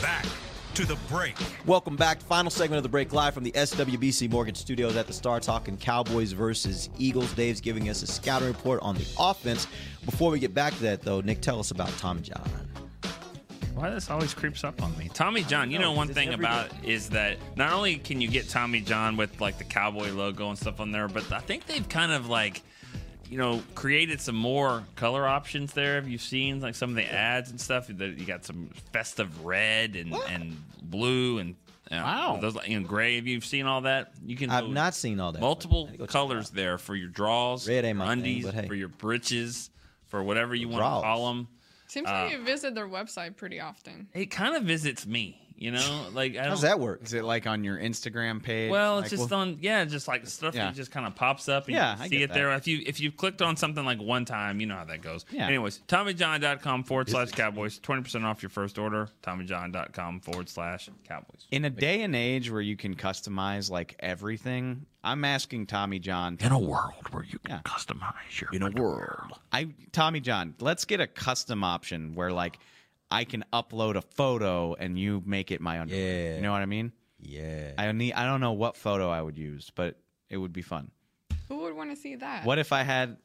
S2: Back to the break.
S3: Welcome back. Final segment of the break live from the SWBC Morgan Studios at the Star talking Cowboys versus Eagles. Dave's giving us a scouting report on the offense. Before we get back to that, though, Nick, tell us about Tom John.
S5: Why this always creeps up on me? Tommy John, you know, one thing about is that not only can you get Tommy John with like the cowboy logo and stuff on there, but I think they've kind of like, you know, created some more color options there. If you've seen like some of the ads and stuff, that you got some festive red and and blue and uh, wow, those like, and gray. If you've seen all that, you can.
S3: I've not seen all that.
S5: multiple colors there for your draws, red
S3: ain't my thing,
S5: undies,
S3: but hey.
S5: for your britches, for whatever you want
S3: Draws.
S5: to call them.
S9: Seems
S3: Uh.
S9: like you visit their website pretty often.
S5: It kind of visits me, you know. Like, I
S3: How's
S5: don't-
S3: that work?
S4: Is it like on your Instagram page?
S5: Well, it's
S4: Like,
S5: just on yeah, just like stuff
S4: Yeah.
S5: that just kind of pops up. And
S4: Yeah,
S5: you can
S4: I
S5: see
S4: get
S5: it
S4: that.
S5: there. If you if you clicked on something like one time, you know how that goes.
S4: Yeah.
S5: Anyways, TommyJohn.com forward slash Cowboys, twenty percent off your first order. TommyJohn.com forward slash Cowboys.
S4: In a day and age where you can customize like everything, I'm asking Tommy John. In a world where you can customize your in a world, I Tommy John, let's get a custom option where like I can upload a photo and you make it my own. Yeah, you know what I mean?
S3: Yeah.
S4: I need. I don't know what photo I would use, but it would be fun.
S9: Who would want to see that?
S4: What if I had?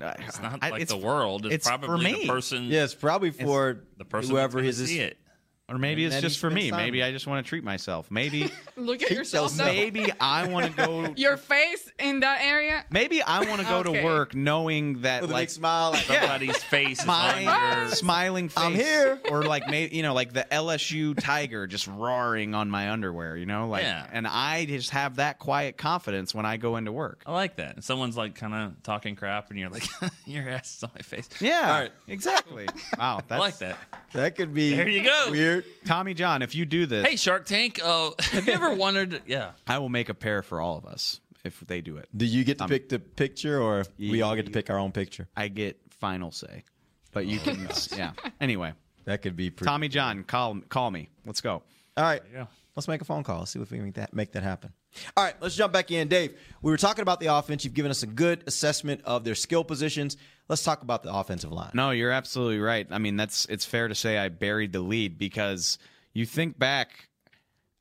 S4: uh,
S5: It's not like the world. It's, probably
S4: for me.
S5: the person.
S3: Yeah, it's probably for
S5: the person
S3: whoever
S5: that's
S3: his
S5: gonna see it.
S4: Or maybe it's
S3: And
S4: just
S3: then
S4: for
S3: he
S4: me.
S3: spends time.
S4: Maybe I just want to treat myself. Maybe
S9: Look at yourself. though.
S4: maybe I want to go
S9: Your face in that area.
S4: Maybe I want to go
S9: Okay.
S4: to work knowing that
S3: With a big
S4: like
S3: smile, like,
S5: somebody's face is on
S4: my
S5: your-
S4: smiling face.
S3: I'm here.
S4: or like maybe you know, like the LSU tiger just roaring on my underwear. You know, like
S5: Yeah.
S4: and I just have that quiet confidence when I go into work.
S5: I like that. And someone's like kind of talking crap, and you're like, your ass is on my face.
S4: Yeah,
S5: All right.
S4: exactly. Wow, that's,
S5: I like that.
S3: That could be
S5: There you go.
S3: weird.
S4: Tommy John, if you do this,
S5: Hey, Shark Tank. Uh, have you ever wondered? Yeah.
S4: I will make a pair for all of us if they do it.
S3: Do you get to
S4: I'm-
S3: pick the picture or we all get to pick our own picture?
S4: I get final say, but you can. yeah. Anyway,
S3: That could be pretty.
S4: Tommy John, call call me. Let's go.
S3: All right.
S5: Yeah.
S3: Let's make a phone call. See if we can make that, make that happen. All right, let's jump back in. Dave, we were talking about the offense. You've given us a good assessment of their skill positions. Let's talk about the offensive line.
S4: No, you're absolutely right. I mean, that's it's fair to say I buried the lead because you think back,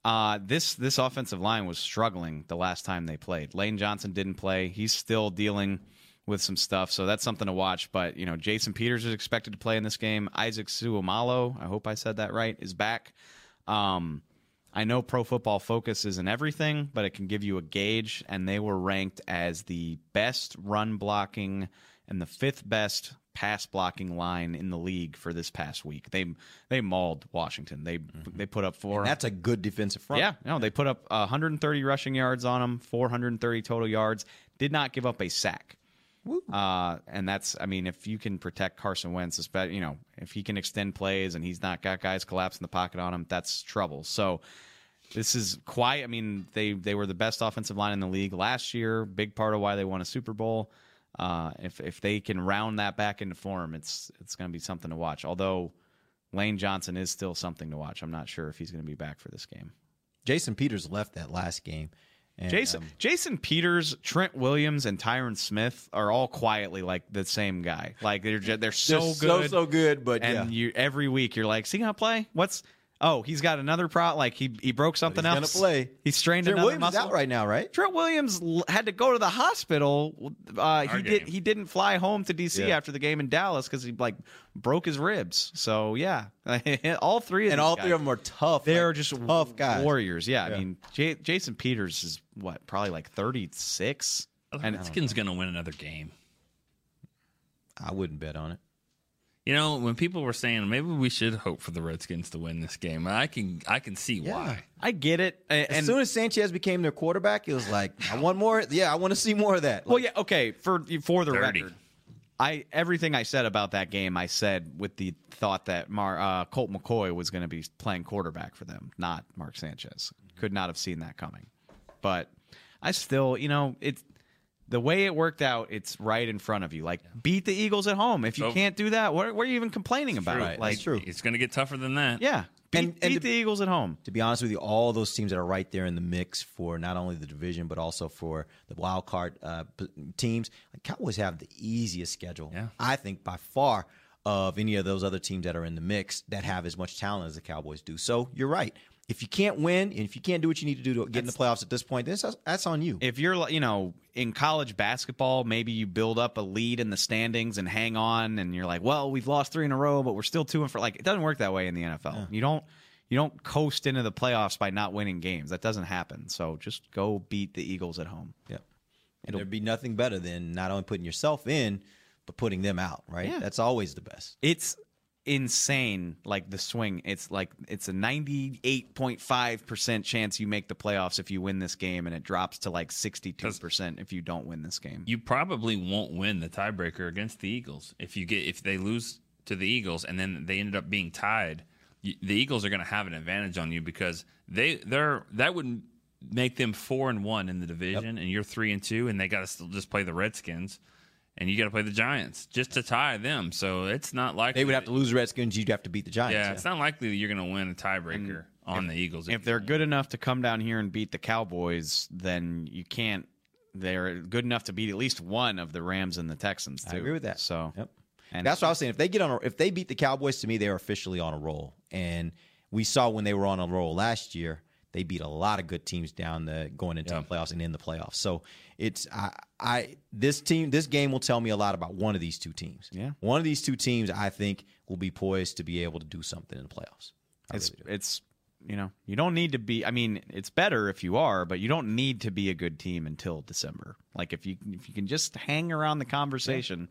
S4: uh, this this offensive line was struggling the last time they played. Lane Johnson didn't play. He's still dealing with some stuff, so that's something to watch. But you know, Jason Peters is expected to play in this game. Isaac Suomalo, I hope I said that right, is back. Um, I know Pro Football Focus isn't everything, but it can give you a gauge, and they were ranked as the best run blocking and the fifth best pass blocking line in the league for this past week. They they mauled Washington. They they put up four.
S3: That's a good defensive front.
S4: Yeah, no, they put up uh, 130 rushing yards on them, 430 total yards. Did not give up a sack. Uh, and that's, I mean, if you can protect Carson Wentz, espe- you know, if he can extend plays and he's not got guys collapsing the pocket on him, that's trouble. So this is quiet. I mean, they they were the best offensive line in the league last year. Big part of why they won a Super Bowl. Uh, if if they can round that back into form, it's it's going to be something to watch. Although Lane Johnson is still something to watch. I'm not sure if he's going to be back for this game.
S3: Jason Peters left that last game. And,
S4: Jason
S3: um,
S4: Jason Peters, Trent Williams, and Tyron Smith are all quietly like the same guy. Like they're ju- they're so
S3: They're so,
S4: good,
S3: so good, but
S4: and
S3: yeah.
S4: you every week you're like, is he gonna play? What's oh he's got another pro like he he broke something
S3: he's gonna
S4: else.
S3: play.
S4: He strained
S3: Trent
S4: another
S3: Williams is
S4: muscle.
S3: out right now, right?
S4: Trent Williams l- had to go to the hospital. Uh, he did. He didn't fly home to DC
S3: Yeah.
S4: after the game in Dallas because he like broke his ribs. So yeah, all three of
S3: And
S4: these
S3: all three
S4: guys-
S3: of them are tough.
S4: They're
S3: like,
S4: just
S3: tough guys.
S4: Warriors. Yeah,
S3: Yeah.
S4: I mean J- Jason Peters is what probably like thirty six. And
S5: Redskins gonna win another game.
S3: I wouldn't bet on it.
S5: You know, when people were saying maybe we should hope for the Redskins to win this game, I can I can see why.
S4: I get it. And,
S3: as soon as Sanchez became their quarterback, it was like, I want more. Yeah, I want to see more of that.
S4: Well, yeah, okay. For for the
S3: 30.
S4: record, I everything I said about that game, I said with the thought that Mar, uh, Colt McCoy was going to be playing quarterback for them, not Mark Sanchez. Could not have seen that coming. But I still, you know, it's the way it worked out. It's right in front of you. Like beat the Eagles at home. If you
S5: So-
S4: can't do that, what, what are you even complaining about?
S5: True.
S4: Like,
S5: It's It's gonna get tougher than that.
S4: yeah, beat,
S3: And- and
S4: beat
S3: to-
S4: the Eagles at home.
S3: To be honest with you, all those teams that are right there in the mix for not only the division but also for the wild card uh, p- teams, the Cowboys have the easiest schedule. I think by far of any of those other teams that are in the mix that have as much talent as the Cowboys do. So you're right. If you can't win and if you can't do what you need to do to get in the playoffs at this point, this that's on you.
S4: if you're like, you know in college basketball maybe you build up a lead in the standings and hang on and you're like well we've lost three in a row but we're still two and four like it doesn't work that way in the nfl you don't you don't coast into the playoffs by not winning games that doesn't happen so just go beat the eagles at home
S3: Yeah. And there'd be nothing better than not only putting yourself in, but putting them out, right?
S4: Yeah.
S3: That's always the best.
S4: it's insane like the swing it's like it's a 98.5% chance you make the playoffs if you win this game and it drops to like 62% if you don't win this game
S5: You probably won't win the tiebreaker against the Eagles if you get if they lose to the Eagles and then they ended up being tied. You, the Eagles are going to have an advantage on you because they they're that would make them four and one in the division, and you're three and two, and they got to still just play the Redskins, and you got to play the Giants just to tie them. So it's not likely
S3: They would have to lose the Redskins, you'd have to beat the Giants.
S5: Yeah, it's not likely that you're going to win a tiebreaker on the Eagles.
S4: If they're good enough to come down here and beat the Cowboys, then you can't. They're good enough to beat at least one of the Rams and the Texans. Too.
S3: I agree with that.
S4: So,
S3: yep.
S4: and
S3: That's what I was saying. If they get on, a, if they beat the Cowboys, to me, they're officially on a roll. And we saw when they were on a roll last year, they beat a lot of good teams down the going into the playoffs and in the playoffs. So it's I, I this team, this game will tell me a lot about one of these two teams.
S4: Yeah.
S3: one of these two teams, I think, will be poised to be able to do something in the playoffs. I
S4: it's
S3: really do.
S4: it's you know you don't need to be. I mean, it's better if you are, but you don't need to be a good team until December. Like if you if you can just hang around the conversation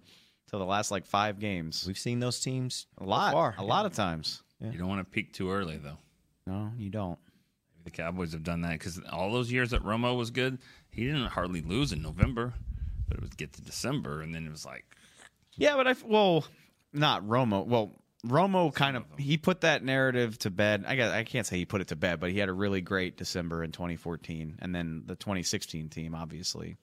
S4: till the last like five games,
S3: We've seen those teams
S4: a lot,
S3: far,
S4: a lot of times.
S5: You don't want to peak too early though.
S4: No, you don't.
S5: The Cowboys have done that because all those years that Romo was good, he didn't hardly lose in November, but it would get to December, and then it was like,
S4: Yeah, but I f- well, not Romo. Well, Romo kind of he put that narrative to bed. I guess I can't say he put it to bed, but he had a really great December in 2014, and then the 2016 team obviously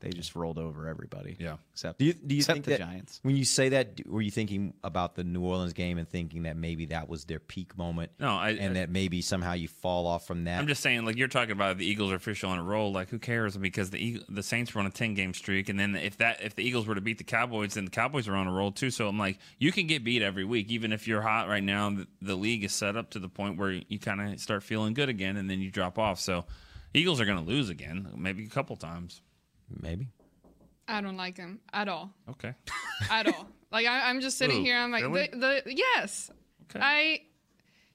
S4: they just rolled over everybody.
S5: Yeah.
S4: except
S3: Do you, do you
S4: except
S3: think
S4: the
S3: that
S4: Giants?
S3: when you say that? do- Were you thinking about the New Orleans game and thinking that maybe that was their peak moment?
S5: No, I-
S3: and
S5: I-
S3: that maybe somehow you fall off from that.
S5: I'm just saying, like you're talking about the Eagles are official on a roll. Like who cares? Because the Eag- the Saints were on a 10 game streak, and then if that if the Eagles were to beat the Cowboys, then the Cowboys are on a roll too. So I'm like, you can get beat every week, even if you're hot right now. The, the league is set up to the point where you kind of start feeling good again, and then you drop off. So Eagles are going to lose again, maybe a couple times.
S3: maybe.
S9: I don't like them at all.
S5: Okay.
S9: at all. Like I, I'm just sitting
S5: Ooh,
S9: here. I'm like
S5: really?
S9: the, the yes. I,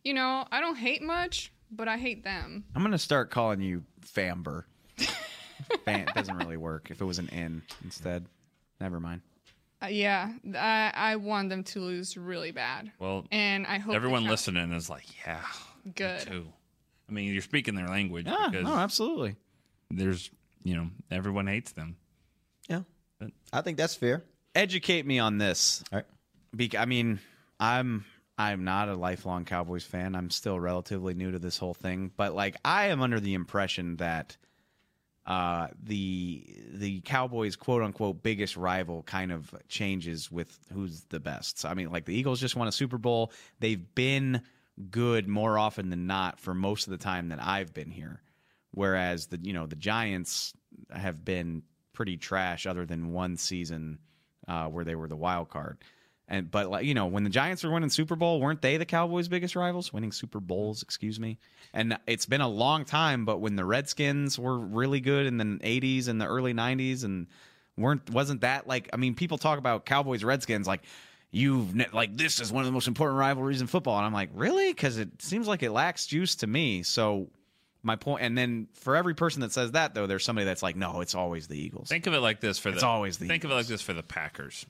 S9: you know, I don't hate much, but I hate them.
S4: I'm gonna start calling you Famber. Fan, it doesn't really work if it was an N instead. Never mind.
S9: Uh, yeah, I, I want them to lose really bad.
S5: Well,
S9: and I hope they
S5: everyone
S9: try-
S5: listening is like, yeah, me
S9: Good.
S5: too. I mean, you're speaking their language
S4: Yeah,
S5: because
S4: Ah, no, absolutely.
S5: there's, you know, everyone hates them.
S3: Yeah, Uh, I think that's fair.
S4: educate me on this.
S3: All right.
S4: Bec- I mean, I'm I'm not a lifelong Cowboys fan. I'm still relatively new to this whole thing, but like I am under the impression that uh, the the Cowboys quote unquote biggest rival kind of changes with who's the best. So, I mean, like the Eagles just won a Super Bowl. They've been good more often than not for most of the time that I've been here. Whereas the you know the Giants have been pretty trash, other than one season uh, where they were the wild card. And but like you know, when the Giants were winning Super Bowl, weren't they the Cowboys' biggest rivals? Winning Super Bowls, excuse me. And it's been a long time, but when the Redskins were really good in the '80s and the early '90s, and weren't wasn't that like? I mean, people talk about Cowboys Redskins like you've ne- like this is one of the most important rivalries in football, and I'm like, really? Because it seems like it lacks juice to me. So my point, and then for every person that says that though, there's somebody that's like, no, it's always the Eagles.
S5: Think of it like this for
S4: It's
S5: the
S4: always the
S5: think of it like this for the Packers.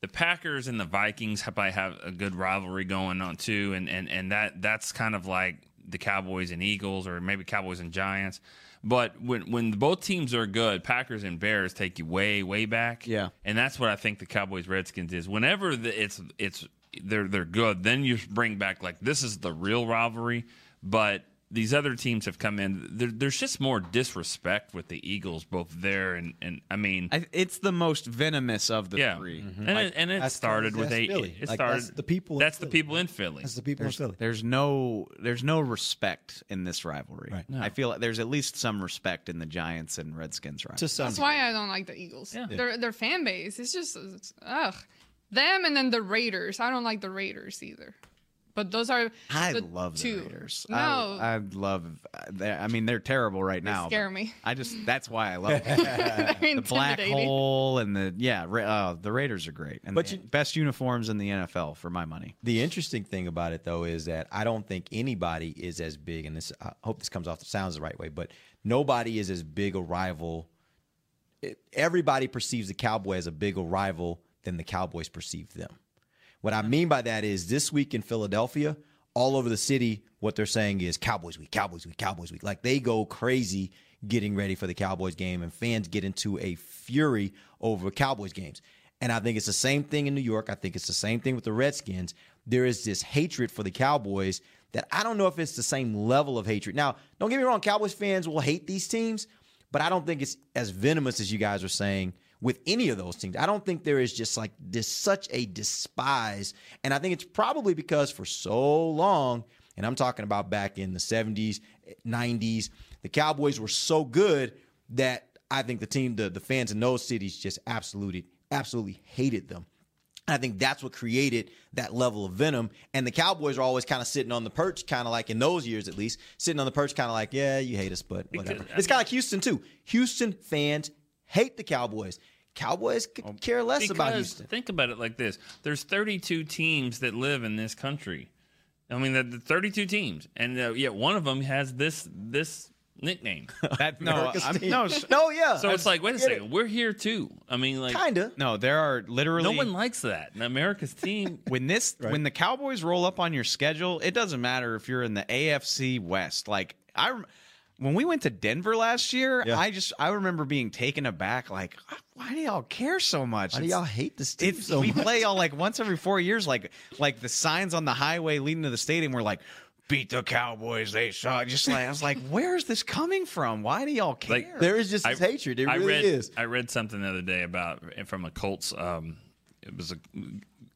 S5: The Packers and the Vikings have- probably have a good rivalry going on too, and and and that that's kind of like the Cowboys and Eagles, or maybe Cowboys and Giants. But when when both teams are good, Packers and Bears take you way way back. Yeah, and that's what I think the Cowboys Redskins is. Whenever the, it's it's they're they're good, then you bring back like this is the real rivalry. But these other teams have come in. There, there's just more disrespect with the Eagles, both there and and I mean,
S4: it's the most venomous of the
S5: yeah. Mm-hmm.
S4: three.
S5: And it, and it
S4: Mm-hmm. That's
S5: started
S4: Kansas,
S5: with
S4: that's
S5: a.
S4: Philly.
S5: It
S4: Like,
S5: started
S4: that's the people in
S5: That's the
S4: Philly.
S5: people in Philly. That's
S10: the people
S4: there's, There's no there's no respect in this rivalry.
S5: No.
S4: I feel like there's at least some respect in the Giants and Redskins rivalry.
S10: To some
S9: That's why I don't like the Eagles. Their their fan base. It's just it's- ugh. Them and then the Raiders. I don't like the Raiders either. But those are
S4: I
S9: the
S4: love the
S9: two.
S4: Raiders.
S9: No,
S4: I, I love. they're- I mean, they're terrible right now. but
S9: scare me.
S4: I just that's why I love them. the black
S9: intimidating.
S4: hole and the yeah. Ra- oh, the Raiders are great and
S3: But
S4: the best uniforms in the NFL for my money.
S3: The interesting thing about it, though, is that I don't think anybody is as big, and this I hope this comes off the sounds the right way, but nobody is as big a rival. it- everybody perceives the Cowboy as a bigger rival than the Cowboys perceive them. What I mean by that is this week in Philadelphia, all over the city, what they're saying is Cowboys week, Cowboys week, Cowboys week. Like they go crazy getting ready for the Cowboys game, and fans get into a fury over Cowboys games. And I think it's the same thing in New York. I think it's the same thing with the Redskins. There is this hatred for the Cowboys that I don't know if it's the same level of hatred. Now, don't get me wrong, Cowboys fans will hate these teams, but I don't think it's as venomous as you guys are saying with any of those teams. I don't think there is just like this such a despise. And I think it's probably because for so long, and I'm talking about back in the 70s, 90s, the Cowboys were so good that I think the team, the, the fans in those cities just absolutely, absolutely hated them. And I think that's what created that level of venom. And the Cowboys are always kind of sitting on the perch, kind of like in those years at least, sitting on the perch, kind of like, yeah, you hate us, but whatever.
S5: Because-
S3: it's kind of like Houston too. Houston fans hate the Cowboys. Cowboys could care less about
S5: Because
S3: Houston.
S5: Think about it like this: there's 32 teams that live in this country. I mean, the, the 32 teams, and uh, yet one of them has this this nickname.
S4: That no, I'm, no, s-
S3: no, yeah.
S5: So it's like, wait a
S4: Get
S5: second, we're here too. I mean, like,
S3: kinda.
S4: No, there are literally
S5: No one likes that. And America's team.
S4: when this,
S5: Right.
S4: when the Cowboys roll up on your schedule, it doesn't matter if you're in the AFC West. Like I, rem- when we went to Denver last year, I just I remember being taken aback. Like, why do y'all care so much?
S3: Why do
S4: It's-
S3: y'all hate this team
S4: it's-
S3: so
S4: we
S3: much?
S4: play all like once every four years. Like like the signs on the highway leading to the stadium were like. Beat the Cowboys! They suck. Just like I was like, where is this coming from? Why do y'all care?
S5: I- I read, I read something the other day about eh, from a Colts. Um, it was a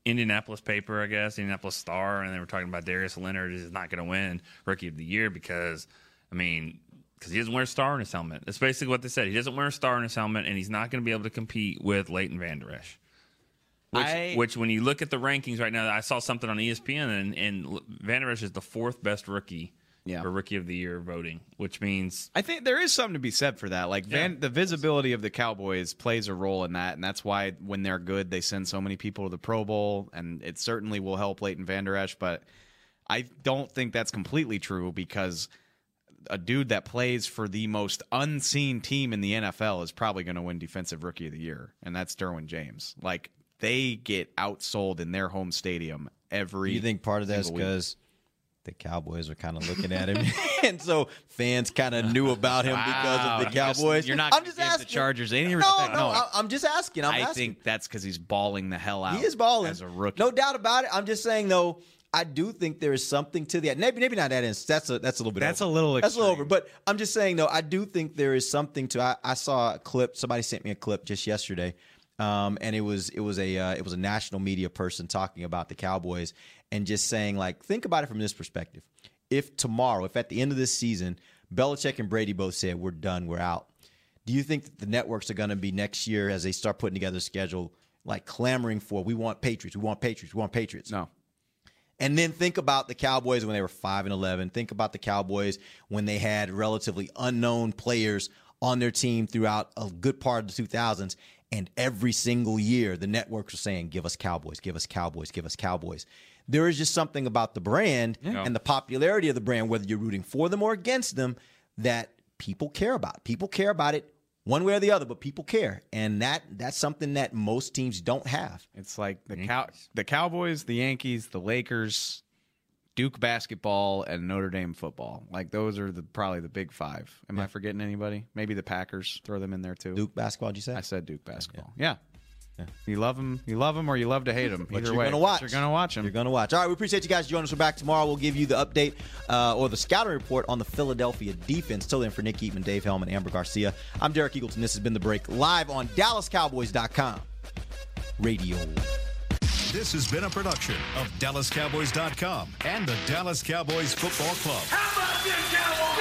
S5: Indianapolis paper, I guess, Indianapolis Star, and they were talking about Darius Leonard is not going to win Rookie of the Year because, I mean, because he doesn't wear a star in his helmet. That's basically what they said. He doesn't wear a star in his helmet, and he's not going to be able to compete with Leighton Van Der Esch. Which,
S4: I-
S5: which, when you look at the rankings right now, I saw something on E ESPN, and, and Van Der Esch is the fourth best rookie for Rookie of the Year voting, which means
S4: I think there is something to be said for that. Like Van, the visibility of the Cowboys plays a role in that, and that's why when they're good, they send so many people to the Pro Bowl, and it certainly will help Leighton Vander Esch. But I don't think that's completely true because a dude that plays for the most unseen team in the NFL is probably going to win Defensive Rookie of the Year, and that's Derwin James. Like they get outsold in their home stadium every.
S3: you think part of that's
S4: single week.
S3: because the Cowboys are kind of looking at him, and so fans kind of knew about him
S4: Wow,
S3: because of
S4: I'm
S3: the
S4: just-
S3: Cowboys.
S4: you're not
S3: I'm
S4: going to
S3: just
S4: give
S3: asking.
S4: the Chargers any
S3: No,
S4: respect.
S3: no, I- I'm just asking. I'm
S4: I
S3: asking.
S4: think that's because he's balling the hell out.
S3: He is balling
S4: as a rookie.
S3: No doubt about it. I'm just saying though, I do think there is something to the maybe maybe not that ins- that's a that's a little bit
S11: That's
S3: over.
S11: a little
S3: that's a little over but I'm just saying though I do think there is something to I, I saw a clip somebody sent me a clip just yesterday um, and it was it was a uh, it was a national media person talking about the Cowboys and just saying like think about it from this perspective if tomorrow if at the end of this season Belichick and Brady both said we're done we're out do you think that the networks are going to be next year as they start putting together a schedule like clamoring for we want Patriots we want Patriots we want Patriots
S4: no
S3: and then think about the Cowboys when they were 5 and 11. Think about the Cowboys when they had relatively unknown players on their team throughout a good part of the 2000s. And every single year, the networks were saying, give us Cowboys, give us Cowboys, give us Cowboys. There is just something about the brand
S11: Yeah.
S3: and the popularity of the brand, whether you're rooting for them or against them, that people care about. People care about it one way or the other, but people care. And that that's something that most teams don't have.
S4: It's like the cow, the Cowboys, the Yankees, the Lakers, Duke basketball, and Notre Dame football. Like those are the probably the big five. Am I forgetting anybody? Maybe the Packers. Throw them in there too.
S3: Duke basketball? Did you say?
S4: I said Duke basketball. Yeah. You love them. You love them, or you love to hate them.
S3: But
S4: Either
S3: you're
S4: way,
S3: gonna watch.
S4: You're gonna watch them.
S3: You're gonna watch. All right, we appreciate you guys joining us. We're back tomorrow. We'll give you the update uh, or the scouting report on the Philadelphia defense. Till then, for Nick Eatman, Dave Hellman, Amber Garcia, I'm Derek Eagleton. This has been the break live on DallasCowboys.com radio.
S12: This has been a production of DallasCowboys.com and the Dallas Cowboys Football Club.
S13: How about this, Cowboys?